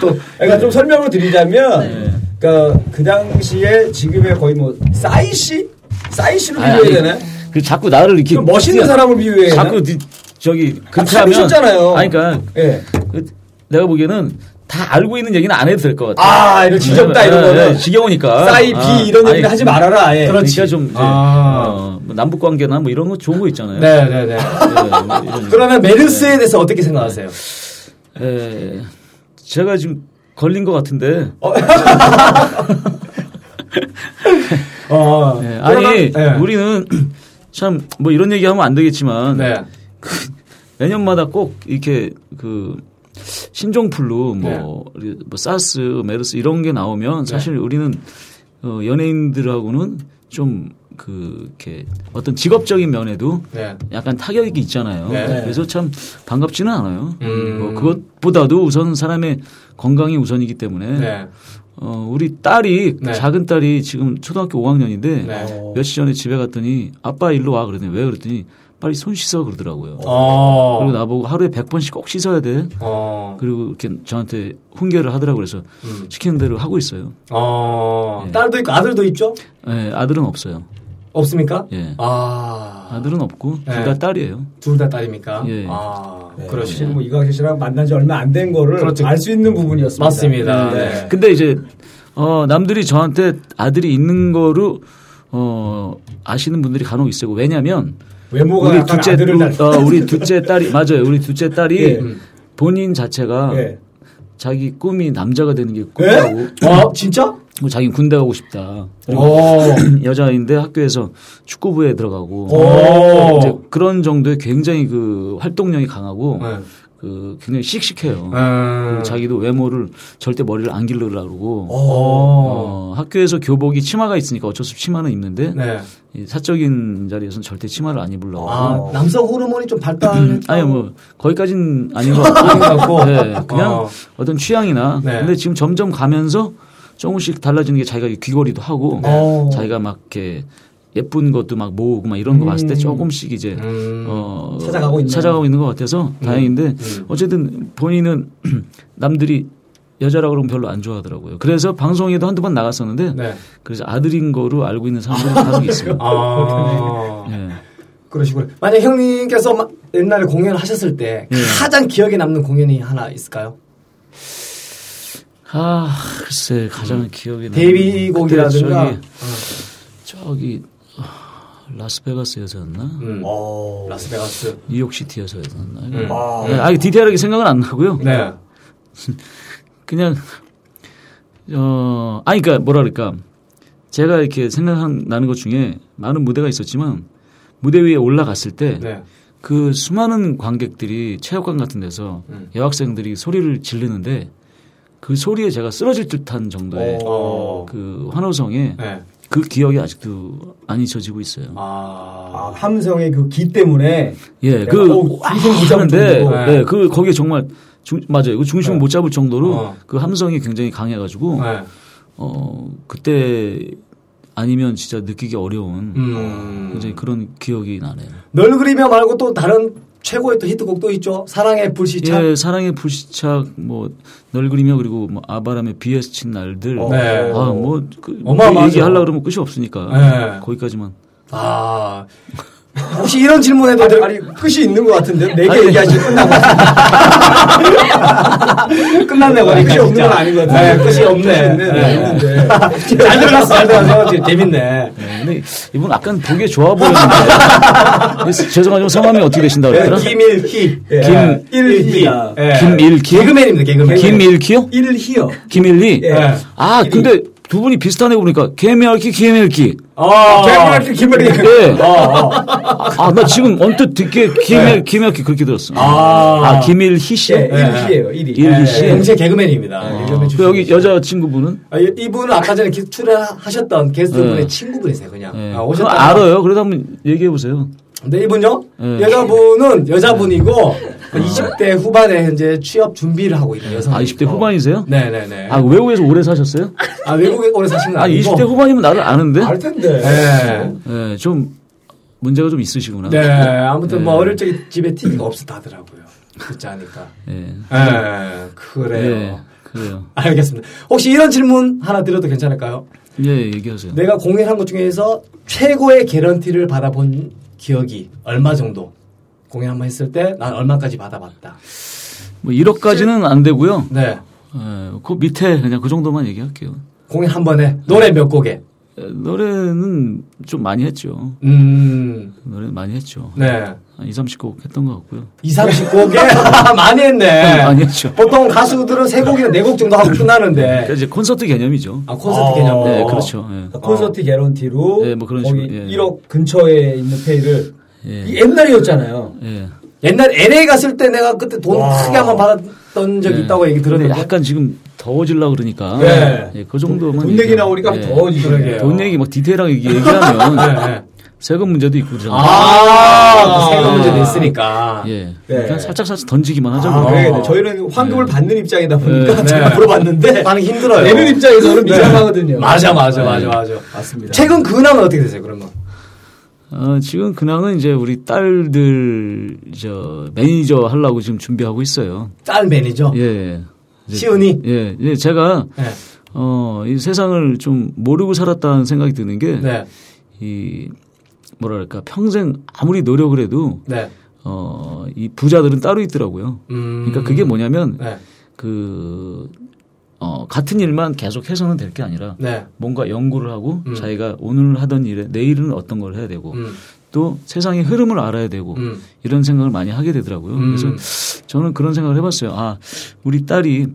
B: 또 그러니까 좀 설명을
A: 네.
B: 드리자면 그러니까 그 당시에 지금의 거의 뭐 싸이 씨, 싸이 씨로
C: 아니,
B: 비교해야
C: 아니,
B: 되나?
C: 그 자꾸 나를 이렇게
B: 좀 멋있는 사람을 아, 비유해.
C: 자꾸 니- 저기 그렇게 하면
B: 사귀셨잖아요.
C: 아니 그러니까
B: 예.
C: 그 내가 보기에는 다 알고 있는 얘기는 안 해도 될 것 같아.
B: 아, 이거 지겹다 이런 거는.
C: 네, 지겨우니까.
B: 싸이 비
C: 아,
B: 이런 얘기는
C: 아니,
B: 하지 말아라. 아예.
C: 그러니까 좀 이제
A: 아.
C: 어, 뭐 남북 관계나 뭐 이런 거 좋은 거 있잖아요. 뭐
A: 네, 네, 네. 그러면 메르스에 대해서 어떻게 생각하세요?
C: 예, 예. 제가 지금 걸린 것 같은데.
A: 어,
C: 예, 아니
A: 그러면- 예.
C: 우리는 참 뭐 이런 얘기하면 안 되겠지만
A: 네.
C: 매년마다 꼭 이렇게 그 신종플루 뭐,
A: 네.
C: 우리 뭐 사스, 메르스 이런 게 나오면 사실 우리는 어, 연예인들하고는 좀 그 이렇게 어떤 직업적인 면에도
A: 네.
C: 약간 타격이 있잖아요.
A: 네.
C: 그래서 참 반갑지는 않아요.
A: 음.
C: 뭐 그것보다도 우선 사람의 건강이 우선이기 때문에
A: 네.
C: 어, 우리 딸이
A: 네.
C: 작은 딸이 지금 초등학교 5학년인데
A: 네.
C: 며칠 전에 집에 갔더니 아빠 일로 와 그러더니 왜 그랬더니 빨리 손 씻어 그러더라고요.
A: 어.
C: 그리고 나보고 하루에 100번씩 꼭 씻어야 돼.
A: 어.
C: 그리고 이렇게 저한테 훈계를 하더라고 그래서
A: 음.
C: 시키는 대로 하고 있어요.
A: 어. 딸도 있고 아들도 있죠?
C: 예, 아들은 없어요.
A: 없습니까?
C: 예.
A: 아.
C: 아들은 없고 둘
A: 네.
C: 다 딸이에요.
A: 둘 다 딸입니까?
C: 예.
A: 아.
B: 네, 사실
A: 그러시죠.
B: 뭐 이광재 씨랑 만난 지 얼마 안 된 거를
A: 그렇죠.
B: 알 수 있는 부분이었습니다.
A: 맞습니다. 네.
C: 근데 이제 어, 남들이 저한테 아들이 있는 거로 어, 아시는 분들이 간혹 있어요. 왜냐면
B: 외모가
C: 우리
B: 약간
C: 둘째
B: 아들을
C: 둘-
B: 닮-
C: 어, 우리 둘째 딸이 맞아요. 우리 둘째 딸이
B: 예.
C: 본인 자체가
B: 예.
C: 자기 꿈이 남자가 되는 게 꿈이라고
A: 어, 진짜?
C: 뭐 자기 군대 가고 싶다.
A: 어.
C: 여자인데 학교에서 축구부에 들어가고
A: 오.
C: 이제 그런 정도의 굉장히 그 활동력이 강하고
B: 예.
A: 네.
C: 그 굉장히 씩씩해요.
A: 음.
C: 그리고 자기도 외모를 절대 머리를 안 길르려고 그러고
A: 어.
C: 어, 학교에서 교복이 치마가 있으니까 어쩔 수 없이 치마는 입는데
A: 네.
C: 이 사적인 자리에서는 절대 치마를 안 입으려고
A: 아,
C: 하고
A: 남성 호르몬이 좀 발달했다.
C: 어. 아니 뭐 거기까진 아닌 것 같고
A: 음, 아닌 것 같고.
C: 네, 그냥
A: 어.
C: 어. 떤 취향이나
A: 네.
C: 근데 지금 점점 가면서 조금씩 달라지는 게 자기가 귀걸이도 하고
A: 어.
C: 자기가 막 이렇게 예쁜 것도 막 모으고 막 이런 거 봤을 때 조금씩 이제
A: 음.
C: 어,
B: 찾아가고 있네요.
C: 찾아가고 있는 것 같아서 다행인데 어쨌든 본인은 남들이 여자라고 그러면 별로 안 좋아하더라고요. 그래서 방송에도 한두 번 나갔었는데
A: 네.
C: 그래서 아들인 거로 알고 있는 사람들이 간혹 있습니다.
A: 아.
C: 예.
A: 그러시군요. 만약 형님께서 마- 옛날에 공연을 하셨을 때
C: 예.
A: 가장 기억에 남는 공연이 하나 있을까요?
C: 아, 글쎄 가장 기억에 남는
A: 음. 데뷔곡이라든가. 어.
C: 그때 저기, 저기 아, 라스베가스에서였나?
A: 음.
B: 어.
A: 라스베가스.
C: 뉴욕시티에서였나?
A: 음.
B: 아.
C: 아, 이거 디테일하게 생각은 안 나고요.
A: 네.
C: 그냥 어 아니 그러니까 뭐라 그럴까 제가 이렇게 생각나는 것 중에 많은 무대가 있었지만 무대 위에 올라갔을 때
A: 네.
C: 그 수많은 관객들이 체육관 같은 데서
A: 음.
C: 여학생들이 소리를 지르는데 그 소리에 제가 쓰러질 듯한 정도의
E: 어.
C: 그 환호성에
E: 네.
C: 그 기억이 아직도 안 잊혀지고
A: 음.
C: 있어요.
E: 아.
B: 아, 함성의 그 기 때문에
C: 예,
B: 내가
C: 그
B: 어우, 중심 못 잡을
C: 하는데
B: 정도로. 네.
C: 네. 그 거기에 정말 중, 맞아요. 그 중심을 못 잡을 정도로
E: 어.
C: 그 함성이 굉장히 강해가지고
E: 네.
C: 어 그때 아니면 진짜 느끼기 어려운
E: 음.
C: 굉장히 그런 기억이 나네요.
A: 널 그리며 말고 또 다른 최고의 또 히트곡도 있죠. 사랑의 불시착.
C: 예, 사랑의 불시착, 뭐널 그리며 그리고 뭐 아바람에 비에서 친 날들.
B: 어.
E: 네.
C: 아, 뭐, 그,
A: 어마어마하죠.
C: 얘기하려고 그러면 끝이 없으니까.
E: 네.
C: 거기까지만.
A: 아. 혹시 이런 질문에도
B: 아니,
A: 들-
B: 아니 끝이 있는 것 같은데 네
C: 아니,
B: 개 얘기하시고 끝나고
A: 끝났네 보니까
B: 끝이 없는 건 아닌 것 같아요.
A: 네, 끝이 없네.
B: 네,
A: 네.
B: 있는데.
A: 잘 들어갔어, 잘 들어갔어. 되게 재밌네.
C: 네, 근데 이분 약간 보기에 좋아 보였는데. 근데 스- 죄송하지만 성함이 어떻게 되신다고 그러더라?
A: 네, 김일희.
B: 네.
A: 일희.
B: 일희야.
A: 예.
C: 김일희?
A: 개그맨입니다, 개그맨.
C: 김일키요?
B: 일희요.
C: 김일리?
B: 예.
C: 아,
B: 일희.
C: 근데 두 분이 비슷한 애 보니까 개미알키, 개미알키.
A: 어.
B: 대학교 김일희.
C: 예. 아, 나 지금 언뜻 듣기에 김일, 김일키 그렇게 들었어.
A: 아.
C: 김일희 씨?
B: 예, 일희예요. 일희.
C: 일희.
A: 예,
C: 씨.
A: 동시에 개그맨입니다. 아, 개그맨
C: 그
A: 출신.
C: 여기 여자친구분은?
A: 아, 이- 이분은 아까 전에 기- 출연하셨던 게스트분의
C: 네.
A: 친구분이세요, 그냥.
C: 예.
A: 아,
C: 그거
A: 오셨다.
C: 알아요. 그래도 한번 얘기해 보세요.
A: 근데 이분요?
C: 예.
A: 여자분은 여자분이고 20대 후반에 현재 취업 준비를 하고 있는 여성.
C: 아, 20대 후반이세요?
A: 네네네.
C: 아, 외국에서 오래 사셨어요?
A: 아, 외국에 오래 사신 거
C: 아,
A: 아니고?
C: 20대 후반이면 나를 아는데?
B: 알 텐데.
A: 네.
C: 예, 좀 문제가 좀 있으시구나.
A: 네, 아무튼 뭐
C: 네.
A: 어릴 적에 집에 TV가 없었다더라고요. 듣자니까.
C: 예.
A: 예, 그래요.
C: 예, 그래요.
A: 알겠습니다. 혹시 이런 질문 하나 드려도 괜찮을까요?
C: 예, 얘기하세요.
A: 내가 공연한 것 중에서 최고의 개런티를 받아본 기억이 얼마 정도? 공연 한 번 했을 때 난 얼마까지 받아봤다.
C: 뭐 1억까지는 안 되고요.
A: 네.
C: 예, 그 밑에 그냥 그 정도만 얘기할게요.
A: 공연 한 번에 노래 몇 곡에.
C: 예, 노래는 좀 많이 했죠.
A: 음.
C: 노래 많이 했죠.
A: 네.
C: 한 2, 30곡 했던 것 같고요.
A: 2, 30곡에 많이 했네.
C: 많이 했죠.
A: 보통 가수들은 3곡이나 4곡 정도 하고 끝나는데.
C: 그러니까 이제 콘서트 개념이죠.
A: 아, 콘서트 개념으로. 아.
C: 네, 그렇죠. 예.
B: 콘서트
A: 어.
B: 개런티로
A: 네,
C: 예, 뭐 그런
B: 거기
C: 식으로, 예.
B: 1억 근처에 있는 페이를
C: 예.
B: 이 옛날이었잖아요.
C: 예.
A: 옛날 LA 갔을 때 내가 그때 돈
B: 와.
A: 크게 한 번 받았던 적이
C: 예.
A: 있다고 얘기
C: 근데
A: 들었는데.
C: 약간 지금 더워질라 그러니까.
B: 네.
C: 예, 그 정도만.
B: 돈 얘기
C: 얘기하면-
B: 나오니까
C: 예.
B: 더워지더라고요.
C: 돈 얘기 막 디테일하게 얘기하면
A: 네.
C: 세금 문제도 있고 그러잖아요.
A: 아,
B: 아.
A: 세금 문제도 있으니까.
C: 예.
B: 네.
C: 그러니까 살짝 살짝 던지기만 하죠. 뭐.
B: 아,
C: 그거.
B: 그래야겠네. 저희는
A: 예.
B: 환급을 받는 입장이다 보니까
C: 네.
B: 제가 물어봤는데
A: 반응 예. 힘들어요. 네.
B: 내는 입장에서는 미안하거든요.
A: 맞아, 맞아,
C: 네.
A: 맞아, 맞아.
B: 맞습니다.
A: 최근 근황은 어떻게 되세요, 그러면?
C: 어, 지금 근황은 이제 우리 딸들 저 매니저 하려고 지금 준비하고 있어요.
A: 딸 매니저?
C: 예, 예. 이제-
A: 시은이?
C: 예. 예, 제가
A: 네.
C: 어, 이 세상을 좀 모르고 살았다는 생각이 드는 게
A: 네.
C: 이 뭐랄까 평생 아무리 노력을 해도
A: 네.
C: 어, 이 부자들은 따로 있더라고요.
A: 음.
C: 그러니까 그게 뭐냐면
A: 네.
C: 그 어, 같은 일만 계속 해서는 될 게 아니라
A: 네.
C: 뭔가 연구를 하고 자기가 오늘 하던 일에 내일은 어떤 걸 해야 되고
A: 음.
C: 또 세상의 흐름을 알아야 되고
A: 음.
C: 이런 생각을 많이 하게 되더라고요. 그래서 저는 그런 생각을 해봤어요. 아 우리 딸이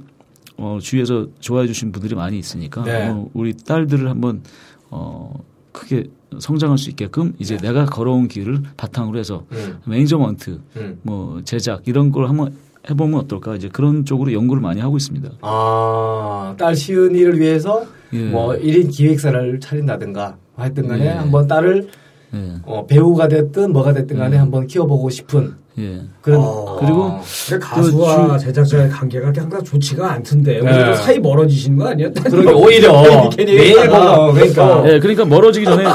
C: 어, 주위에서 좋아해 주신 분들이 많이 있으니까
A: 네.
C: 어, 우리 딸들을 한번 어, 크게 성장할 수 있게끔 이제
A: 네.
C: 내가 걸어온 길을 바탕으로 해서
A: 음.
C: 매니저먼트
A: 음.
C: 뭐 제작 이런 걸 한번 해보면 어떨까 이제 그런 쪽으로 연구를 많이 하고 있습니다.
A: 아, 딸 시은이를 위해서
C: 예.
A: 뭐 1인 기획사를 차린다든가 하여튼 간에
C: 예.
A: 한번 딸을
C: 예.
A: 어, 배우가 됐든 뭐가 됐든 간에 한번 키워보고 싶은
C: 예.
A: 그런.
B: 아.
C: 그리고
B: 근데 가수와 제작자의 관계가 그렇게 항상 좋지가
A: 네.
B: 않던데 오히려 사이 멀어지시는 거 아니야?
A: 그러게 오히려
B: 괜히
A: 매일
B: 얘기하다가
A: 보고 그러니까
C: 예, 그러니까 멀어지기 전에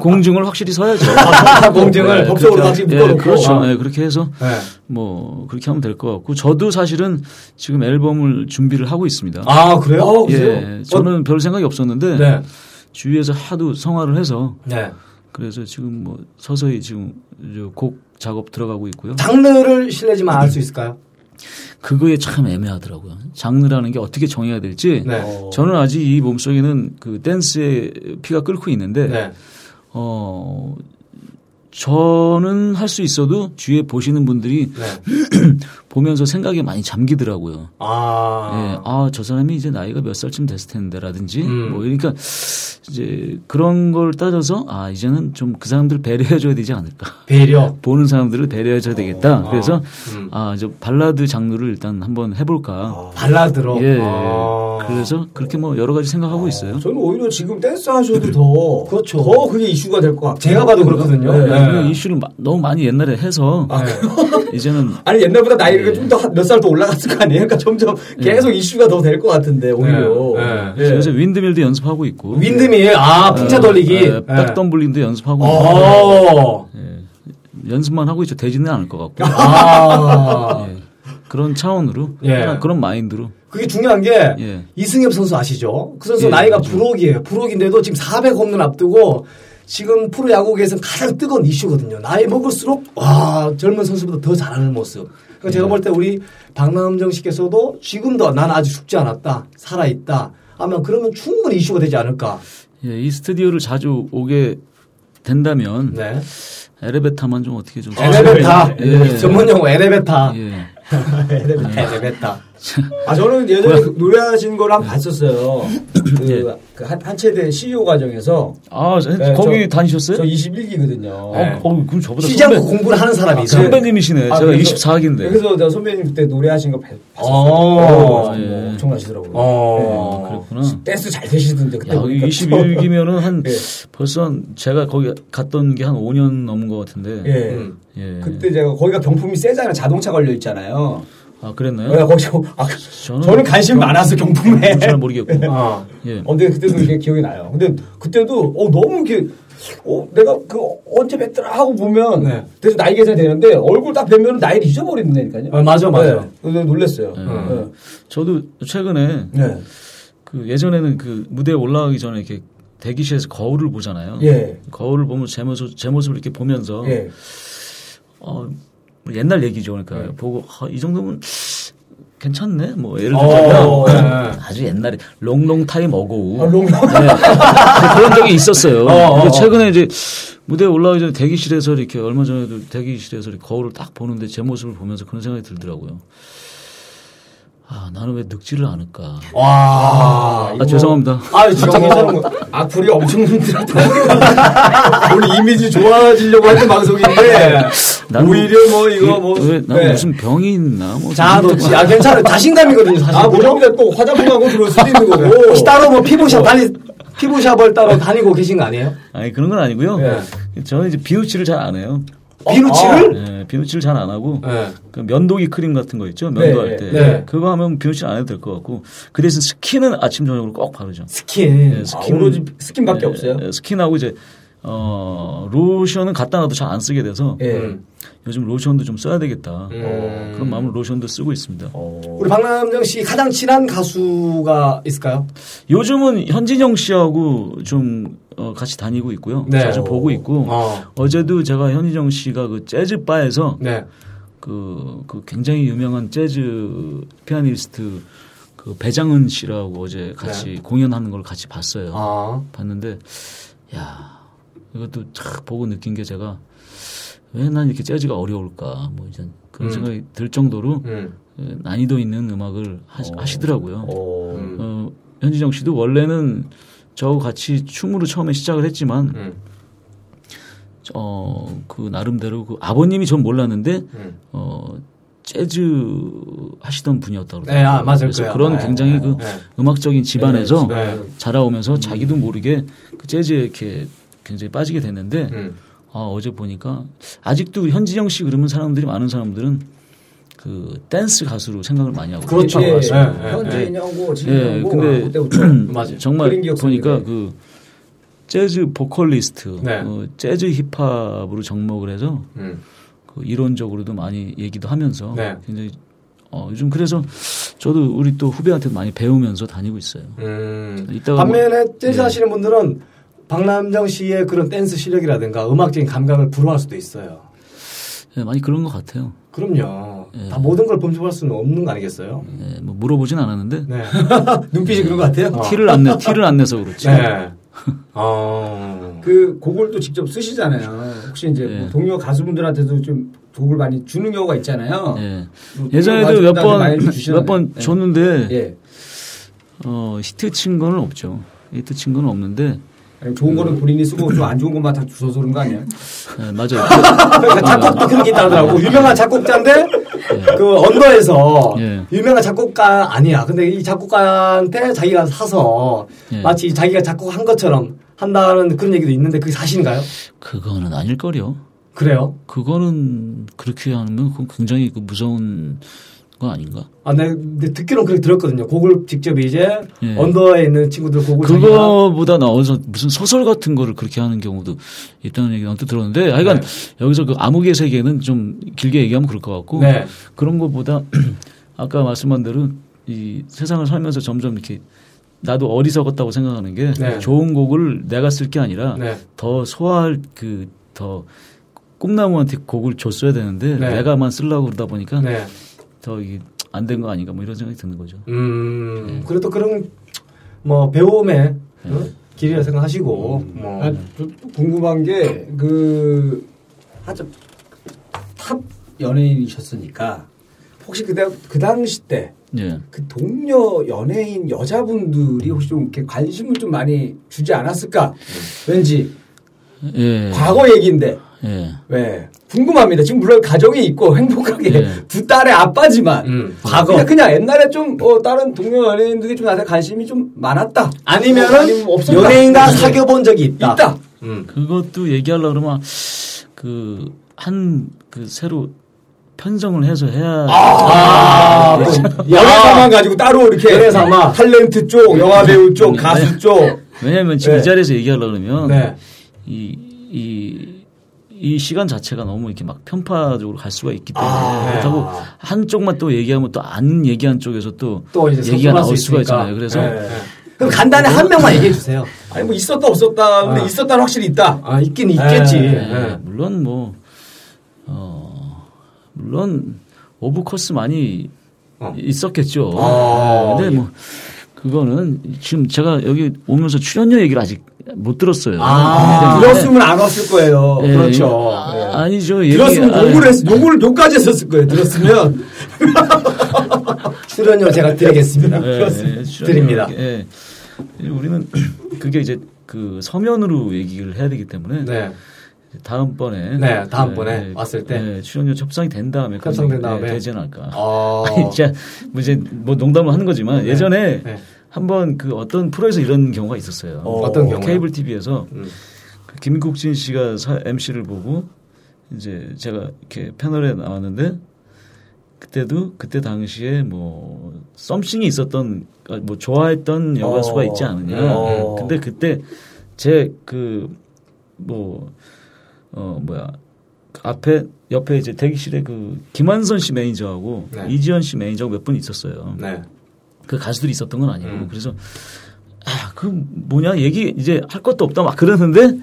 C: 공증을 확실히 서야죠.
A: 아, 공증을
C: 예,
B: 법적으로
C: 그렇게-
B: 같이
C: 예,
B: 묶어놓고.
C: 그렇죠. 예, 그렇게 해서
A: 네.
C: 뭐 그렇게 하면 될 것 같고 저도 사실은 지금 앨범을 준비를 하고 있습니다.
A: 아 그래요?
C: 예, 저는 별 생각이 없었는데
A: 네.
C: 주위에서 하도 성화를 해서
A: 네.
C: 그래서 지금 뭐 서서히 지금 이제 곡 작업 들어가고 있고요.
A: 장르를 실례지만 알 수 있을까요?
C: 그거에 참 애매하더라고요. 장르라는 게 어떻게 정해야 될지
A: 네.
C: 저는 아직 이 네.
E: 네.
C: 몸속에는 그 댄스의 피가 끓고 있는데
A: 네.
C: 어 저는 할 수 있어도 뒤에 보시는 분들이
A: 네.
C: 보면서 생각에 많이 잠기더라고요. 예,
E: 아.
C: 아, 저 사람이 이제 나이가 몇 살쯤 됐을 텐데라든지
E: 음.
C: 뭐 그러니까 이제 그런 걸 따져서 아, 이제는 좀 그 사람들 배려해 줘야 되지 않을까.
A: 배려.
C: 보는 사람들을 배려해 줘야 되겠다.
E: 아,
C: 그래서
E: 음.
C: 아, 저 발라드 장르를 일단 한번 해 볼까.
A: 아. 발라드로.
C: 예.
E: 아.
C: 그래서 그렇게 뭐 여러 가지
A: 아.
C: 생각하고 있어요.
B: 저는 오히려 지금 댄스 하셔도 더
A: 그렇죠.
B: 더 그게 이슈가 될 것 같아요.
A: 제가 봐도 그렇거든요.
B: 네.
A: 네.
C: 그냥 이슈를 마- 너무 많이 옛날에 해서
B: 아,
C: 이제는
B: 아니 옛날보다 나이가 좀 더 몇 살 더 올라갔을 거 아니에요? 그러니까 점점 계속 이슈가 더 될 것 같은데 오히려.
E: 네.
B: 예.
C: 요새 윈드밀도 연습하고 있고
A: 윈드밀, 아, 풍차 돌리기. 네.
C: 예, 백덤블링도 연습하고 있고
A: 어.
C: 연습만 하고 있죠. 되지는 않을 것 같고
A: 아.
C: 예. 그런 차원으로
A: 예.
C: 하나 그런 마인드로
A: 그게 중요한 게
C: 예.
A: 이승엽 선수 아시죠? 그 선수
C: 예,
A: 나이가
C: 알죠.
A: 불혹이에요. 불혹인데도 지금 400 홈런 앞두고 지금 프로 야구계에서 가장 뜨거운 이슈거든요. 나이 먹을수록 와 젊은 선수보다 더 잘하는 모습. 그러니까
C: 예.
A: 제가 볼 때 우리 박남정 씨께서도 지금도 난 아직 죽지 않았다, 살아 있다. 아마 그러면 충분히 이슈가 되지 않을까.
C: 예, 이 스튜디오를 자주 오게 된다면
A: 네.
C: 에레베타만 좀 어떻게 좀
A: 엘레베타
C: 음. 아, 예.
A: 전문 용어 엘레베타.
C: 예.
A: 엘레베타. 엘레베타.
B: 아 저는 예전에 그 노래하신 걸 한 번 봤었어요. 그, 그 한, 한체대 CEO 과정에서
C: 아 저-
B: 네,
C: 거기
B: 저-
C: 다니셨어요?
B: 저 네. 21기거든요. 아,
C: 어, 어, 그럼 저보다
A: 쉬지 않고
C: 선배- 아,
A: 공부를 하는 사람이 있어요.
C: 선배님이시네. 제가 24 기인데.
B: 그래서 저 선배님 그때 노래하신 거 봤- 봤었어요.
A: 어,
B: 그래서 뭐
C: 예.
B: 엄청나시더라고요. 네.
A: 어.
C: 아, 그렇구나.
B: 댄스 잘 되시던데 그때
C: 야,
B: 보니까.
C: 21기면은 한
B: 예.
C: 벌써 한 제가 거기 갔던 게 한 5년 넘은 것 같은데.
B: 예.
E: 음.
C: 예.
B: 그때 제가 거기가 경품이 세잖아요. 자동차 걸려 있잖아요.
C: 아
B: 내가
C: 그랬나요?
B: 거기 아,
C: 저는-
B: 저는, 관심 많아서 경품에.
C: 잘 모르겠고.
A: 어.
C: 예.
B: 어, 근데 그때도 이게 기억이 나요. 근데 그때도 어, 너무 이렇게 어, 내가 그 언제 뵀더라 하고 보면
A: 네.
B: 그래서 나이 계산이 되는데 얼굴 딱 뵈면 나이를 잊어버린다니까요. 예.
A: 어, 맞아, 맞아.
B: 그래서 놀랐어요.
C: 음. 저도 최근에
B: 네. 네.
C: 그 예전에는 그 무대에 올라가기 전에 이렇게 대기실에서 거울을 보잖아요.
B: 예.
C: 거울을 보면 제 모습 제 모습을 이렇게 보면서
B: 예.
C: 어, 뭐 옛날 얘기죠. 그러니까 보고 아, 이 정도면 괜찮네. 뭐 예를
A: 어,
C: 들면 아주 옛날에 롱롱타임 어고우
B: 아, 롱롱.
C: 네. 그런 적이 있었어요. 근데 최근에 이제 무대에 올라가기 전에 대기실에서 이렇게 얼마 전에도 대기실에서 이렇게 거울을 딱 보는데 제 모습을 보면서 그런 생각이 들더라고요. 아 나는 왜 늙지를 않을까?
A: 아. 와.
C: 아 죄송합니다.
B: 아, 진짜 괜찮은 거. 악플이 엄청 힘들었다. 원래 이미지 좋아지려고 하는 방송인데
C: 나는
B: 오히려 뭐 이거
C: 이게
B: 뭐
C: 예, 왜, 난
B: 네.
C: 무슨 병이 있나? 뭐
A: 자아도지. 아, 괜찮아요. 자신감이거든요, 사실.
B: 아, 모릅니다. 또 화장품하고 들어올 수도 있는 거고.
A: 혹시 따로 뭐 피부샵 달리, 피부샵을 따로 다니고 계신 거 아니에요?
C: 아니 그런 건 아니고요. 저는 이제 비누칠을 잘 안 해요.
A: 어, 비누칠을? 예.
C: 예, 비누칠 잘 안 하고
A: 어.
E: 네.
C: 그 면도기 크림 같은 거 있죠 면도할
B: 네,
C: 때
A: 네.
C: 그거 하면 비누칠 안 해도 될 것 같고 그 대신 스킨은 아침 저녁으로 꼭 바르죠.
A: 스킨.
C: 네,
B: 아, 오로지 스킨밖에
C: 예,
B: 없어요.
C: 예, 스킨하고 이제 어 로션은 갖다 놔도 잘 안 쓰게 돼서
B: 예.
C: 요즘 로션도 좀 써야 되겠다 어,
E: 음.
C: 그런 마음으로 로션도 쓰고 있습니다.
B: 어.
A: 우리 박남정 씨 가장 친한 가수가 있을까요?
C: 요즘은 현진영 씨하고 좀 어, 같이 다니고 있고요.
A: 네.
C: 자주 보고 있고
E: 어.
C: 어. 제도 제가 현진영 씨가 그 재즈 바에서
A: 네.
C: 그, 그 굉장히 유명한 재즈 피아니스트 그 배장은 씨라고 어제 같이 공연하는 걸 같이 봤어요.
A: 아.
C: 봤는데 야 이것도 참 보고 느낀 게 제가 왜 난 이렇게 재즈가 어려울까 뭐 이제 그런 생각이 들 정도로
E: 음.
C: 어, 난이도 있는 음악을 하, 시더라고요 어.
B: 어.
E: 음.
C: 현진정 씨도 원래는 저하고 같이 춤으로 처음에 시작을 했지만
E: 음.
C: 어 그 나름대로 그 아버님이 전 몰랐는데
E: 음.
C: 어 재즈 하시던 분이었다고
A: 네, 아, 맞을
C: 그래서
A: 거예요.
C: 그런
A: 네, 음.
C: 굉장히 그 음악적인 집안에서
E: 네.
C: 자라오면서 자기도 모르게 그 재즈에 이렇게 굉장히 빠지게 됐는데
E: 음.
C: 아, 어제 보니까 아직도 현진영 씨 그러면 사람들이 많은 사람들은 그 댄스 가수로 생각을 많이 하고
A: 그렇죠.
B: 예,
A: 그렇죠.
B: 예. 음.
E: 예,
B: 현재인하고
C: 예,
B: 지금하고 아,
C: 근데
B: 그때부터
A: 맞아요.
C: 음, 정말
B: 그린 기억
C: 보니까
B: 속에.
C: 그 재즈 보컬리스트,
E: 네.
C: 어, 재즈 힙합으로 접목을 해서
E: 음.
C: 그 이론적으로도 많이 얘기도 하면서
E: 네.
C: 굉장히 어, 요즘 그래서 저도 우리 또 후배한테 많이 배우면서 다니고 있어요.
E: 음.
C: 이따가 뭐-
A: 반면에 재즈 하시는 분들은 박남정 씨의 그런 댄스 실력이라든가 음악적인 감각을 부러워할 수도 있어요.
C: 예, 많이 그런 것 같아요.
A: 그럼요. 다 모든 걸 범접할 수는 없는 거 아니겠어요?
C: 예, 뭐 물어보진 않았는데
A: 네.
B: 눈빛이 아, 그런 것 같아요.
C: 그렇죠.
B: 네.
A: 네.
C: 티를 안 내, 티를 안 내서 그렇지.
A: 아.
E: 네. 어.
B: 그 곡을 또 직접 쓰시잖아요. 혹시 이제
C: 네.
B: 뭐 동료 가수분들한테도 좀 곡을 많이 주는 경우가 있잖아요.
C: 예.
B: 뭐
C: 예전에도
B: 동료
C: 몇
B: 가수분들한테
C: 번,
B: 많이 주시잖아요.
C: 몇 번
B: 예.
C: 줬는데,
B: 예.
C: 어, 히트 친 거는 없죠. 히트 친 거는 없는데,
B: 아니, 좋은 거는 본인이 쓰고 좀 안 좋은 것만 다 주워서 그런 거 아니에요?
C: 예, 맞아요.
A: 그러니까 작곡도 그런 게 있다 하더라고. 유명한 작곡자인데, 그 언더에서,
C: 예.
A: 유명한 작곡가 아니야. 근데 이 작곡가한테 자기가 사서,
C: 예.
A: 마치 자기가 작곡한 것처럼 한다는 그런 얘기도 있는데, 그게 사실인가요?
C: 그거는 아닐걸요.
A: 그래요?
C: 그거는 그렇게 하면 그건 굉장히 그 무서운 거 아닌가?
A: 아, 네, 근데 듣기로는 그렇게 들었거든요. 곡을 직접 이제,
C: 예.
A: 언더에 있는 친구들 곡을. 자기가
C: 그거보다 나어서 무슨 소설 같은 거를 그렇게 하는 경우도 있다는 얘기 언뜻 들었는데, 하여간
A: 네.
C: 여기서 그 암흑의 세계는 좀 길게 얘기하면 그럴 것 같고,
A: 네.
C: 그런 것보다 아까 말씀한 대로 이 세상을 살면서 점점 이렇게 나도 어리석었다고 생각하는 게
A: 네.
C: 좋은 곡을 내가 쓸 게 아니라
A: 네.
C: 더 소화할 그 더 꿈나무한테 곡을 줬어야 되는데
A: 네.
C: 내가만 쓰려고 그러다 보니까
A: 네.
C: 더 이게 안 된 거 아닌가 뭐 이런 생각이 드는 거죠.
A: 음, 그래도 그런, 뭐, 배움의 어? 길이라 생각하시고, 뭐.
B: 아, 저 궁금한 게 그 하죠 탑 연예인이셨으니까 혹시 그때 그 당시 때 그
C: 예.
B: 동료 연예인 여자분들이 혹시 좀 이렇게 관심을 좀 많이 주지 않았을까? 왠지
C: 예.
B: 과거 얘기인데
C: 예.
B: 왜 궁금합니다. 지금 물론 가정이 있고 행복하게
C: 네.
B: 두 딸의 아빠지만
E: 음.
B: 과거 그냥, 그냥 옛날에 좀 어, 다른 동료 연예인들이 좀 나한테 관심이 좀 많았다.
A: 아니면은,
B: 아니면 뭐 없었다.
A: 연예인과 사귀어 본 적이 있다.
B: 있다.
E: 음.
C: 그것도 얘기하려고 그러면 그 한 그 새로 편성을 해서 해야
B: 아, 영화사만 가지고 따로 이렇게
A: 연예사만.
B: 탤런트 쪽, 영화 배우 쪽, 가수 쪽.
C: 왜냐하면 지금
B: 네.
C: 이 자리에서 얘기하려 그러면
A: 네.
C: 이, 이, 이 시간 자체가 너무 이렇게 막 편파적으로 갈 수가 있기 때문에
A: 아.
C: 그렇다고 한쪽만 또 얘기하면 또 안 얘기한 쪽에서 또,
A: 또 이제 섭섭할
C: 얘기가 나올
A: 수
C: 수가
A: 있으니까.
C: 있잖아요. 그래서
B: 네.
A: 그럼 간단히 한 명만 얘기해 주세요.
B: 아니 뭐 있었다 없었다 근데 있었다는 확실히 있다.
A: 아, 있긴 있겠지.
B: 네.
C: 네, 물론 뭐 어, 물론 오브코스 많이
A: 어.
C: 있었겠죠.
A: 아,
C: 근데
A: 예.
C: 뭐 그거는 지금 제가 여기 오면서 출연료 얘기를 아직 못 들었어요.
B: 아,
C: 그렇기 때문에
B: 들었으면 안 왔을 거예요.
C: 예,
B: 그렇죠.
C: 아니죠. 얘기-
B: 들었으면
C: 아,
B: 욕을 했, 욕을 욕까지 했었을 거예요. 들었으면
A: 출연료 제가 드리겠습니다.
C: 예, 예, 출연료
A: 드립니다.
C: 이렇게, 예. 우리는 그게 이제 그 서면으로 얘기를 해야 되기 때문에
A: 네.
C: 다음번에
A: 네, 다음번에 왔을 때.
C: 예, 출연료 협상이 된 다음에
A: 협상된
C: 그런
A: 다음에.
C: 예, 되지 않을까.
A: 어.
C: 아니, 진짜 뭐 이제 뭐 농담을 하는 거지만 예전에
A: 네.
C: 한번 그 어떤 프로에서 이런 경우가 있었어요.
A: 어, 떤 경우요?
C: 케이블 TV에서 그
A: 음.
C: 김국진 씨가 MC를 보고 이제 제가 이렇게 패널에 나왔는데 그때도 그때 당시에 뭐 썸씽이 있었던 아, 뭐 좋아했던 여가수가
B: 어.
C: 있지 않느냐. 네.
B: 어.
C: 근데 그때 제 그 뭐 어 뭐야 그 앞에 옆에 이제 대기실에 그 김한선 씨 매니저하고
E: 네.
C: 이지현 씨 매니저하고 몇 분 있었어요.
E: 네.
C: 그 가수들이 있었던 건 아니고
B: 음.
C: 그래서 아 그 뭐냐 얘기 이제 할 것도 없다 막 그러는데
B: 네.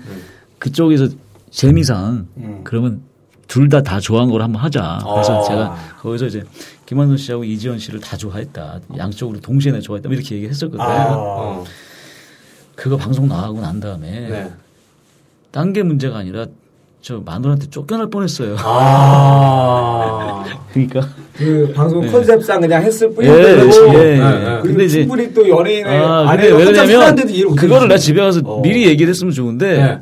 C: 그쪽에서 재미상
B: 음.
C: 그러면 둘 다 다 좋아한 걸 한번 하자 그래서
B: 아.
C: 제가 거기서 이제 김한선 씨하고 이지현 씨를 다 좋아했다 양쪽으로 동시에 내가 좋아했다 뭐 이렇게 얘기했었거든요
E: 어.
C: 그거 방송 나가고 난 다음에
E: 네.
C: 딴 게 문제가 아니라 저 마누라한테 쫓겨날 뻔했어요
B: 아.
C: 그러니까
B: 그 방송 컨셉상 그냥 했을
C: 예,
B: 뿐이고
C: 예, 예.
B: 근데 이제
C: 근데 이제-
B: 충분히 또 연예인의
C: 아, 근데
B: 아내가
C: 왜
B: 혼자
C: 그러냐면
B: 사는데도 이해를 못 해주지.
C: 그거를 나 집에 가서
B: 어.
C: 미리 얘기를 했으면 좋은데
A: 네.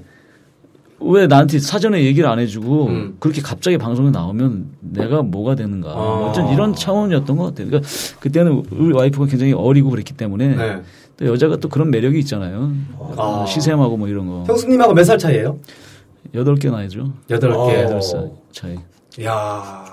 C: 왜 나한테 사전에 얘기를 안 해주고 그렇게 갑자기 방송에 나오면 내가 뭐가 되는가 어. 어쩐 이런 차원이었던 것 같아요. 그러니까 그때는 우리 와이프가 굉장히 어리고 그랬기 때문에
E: 네.
C: 또 여자가 또 그런 매력이 있잖아요.
A: 아.
C: 시샘하고 뭐 이런 거
A: 형수님하고 몇 살 차이예요?
C: 여덟 개 나이죠.
A: 여덟
B: 어.
A: 개.
C: 여덟 살 차이.
A: 야.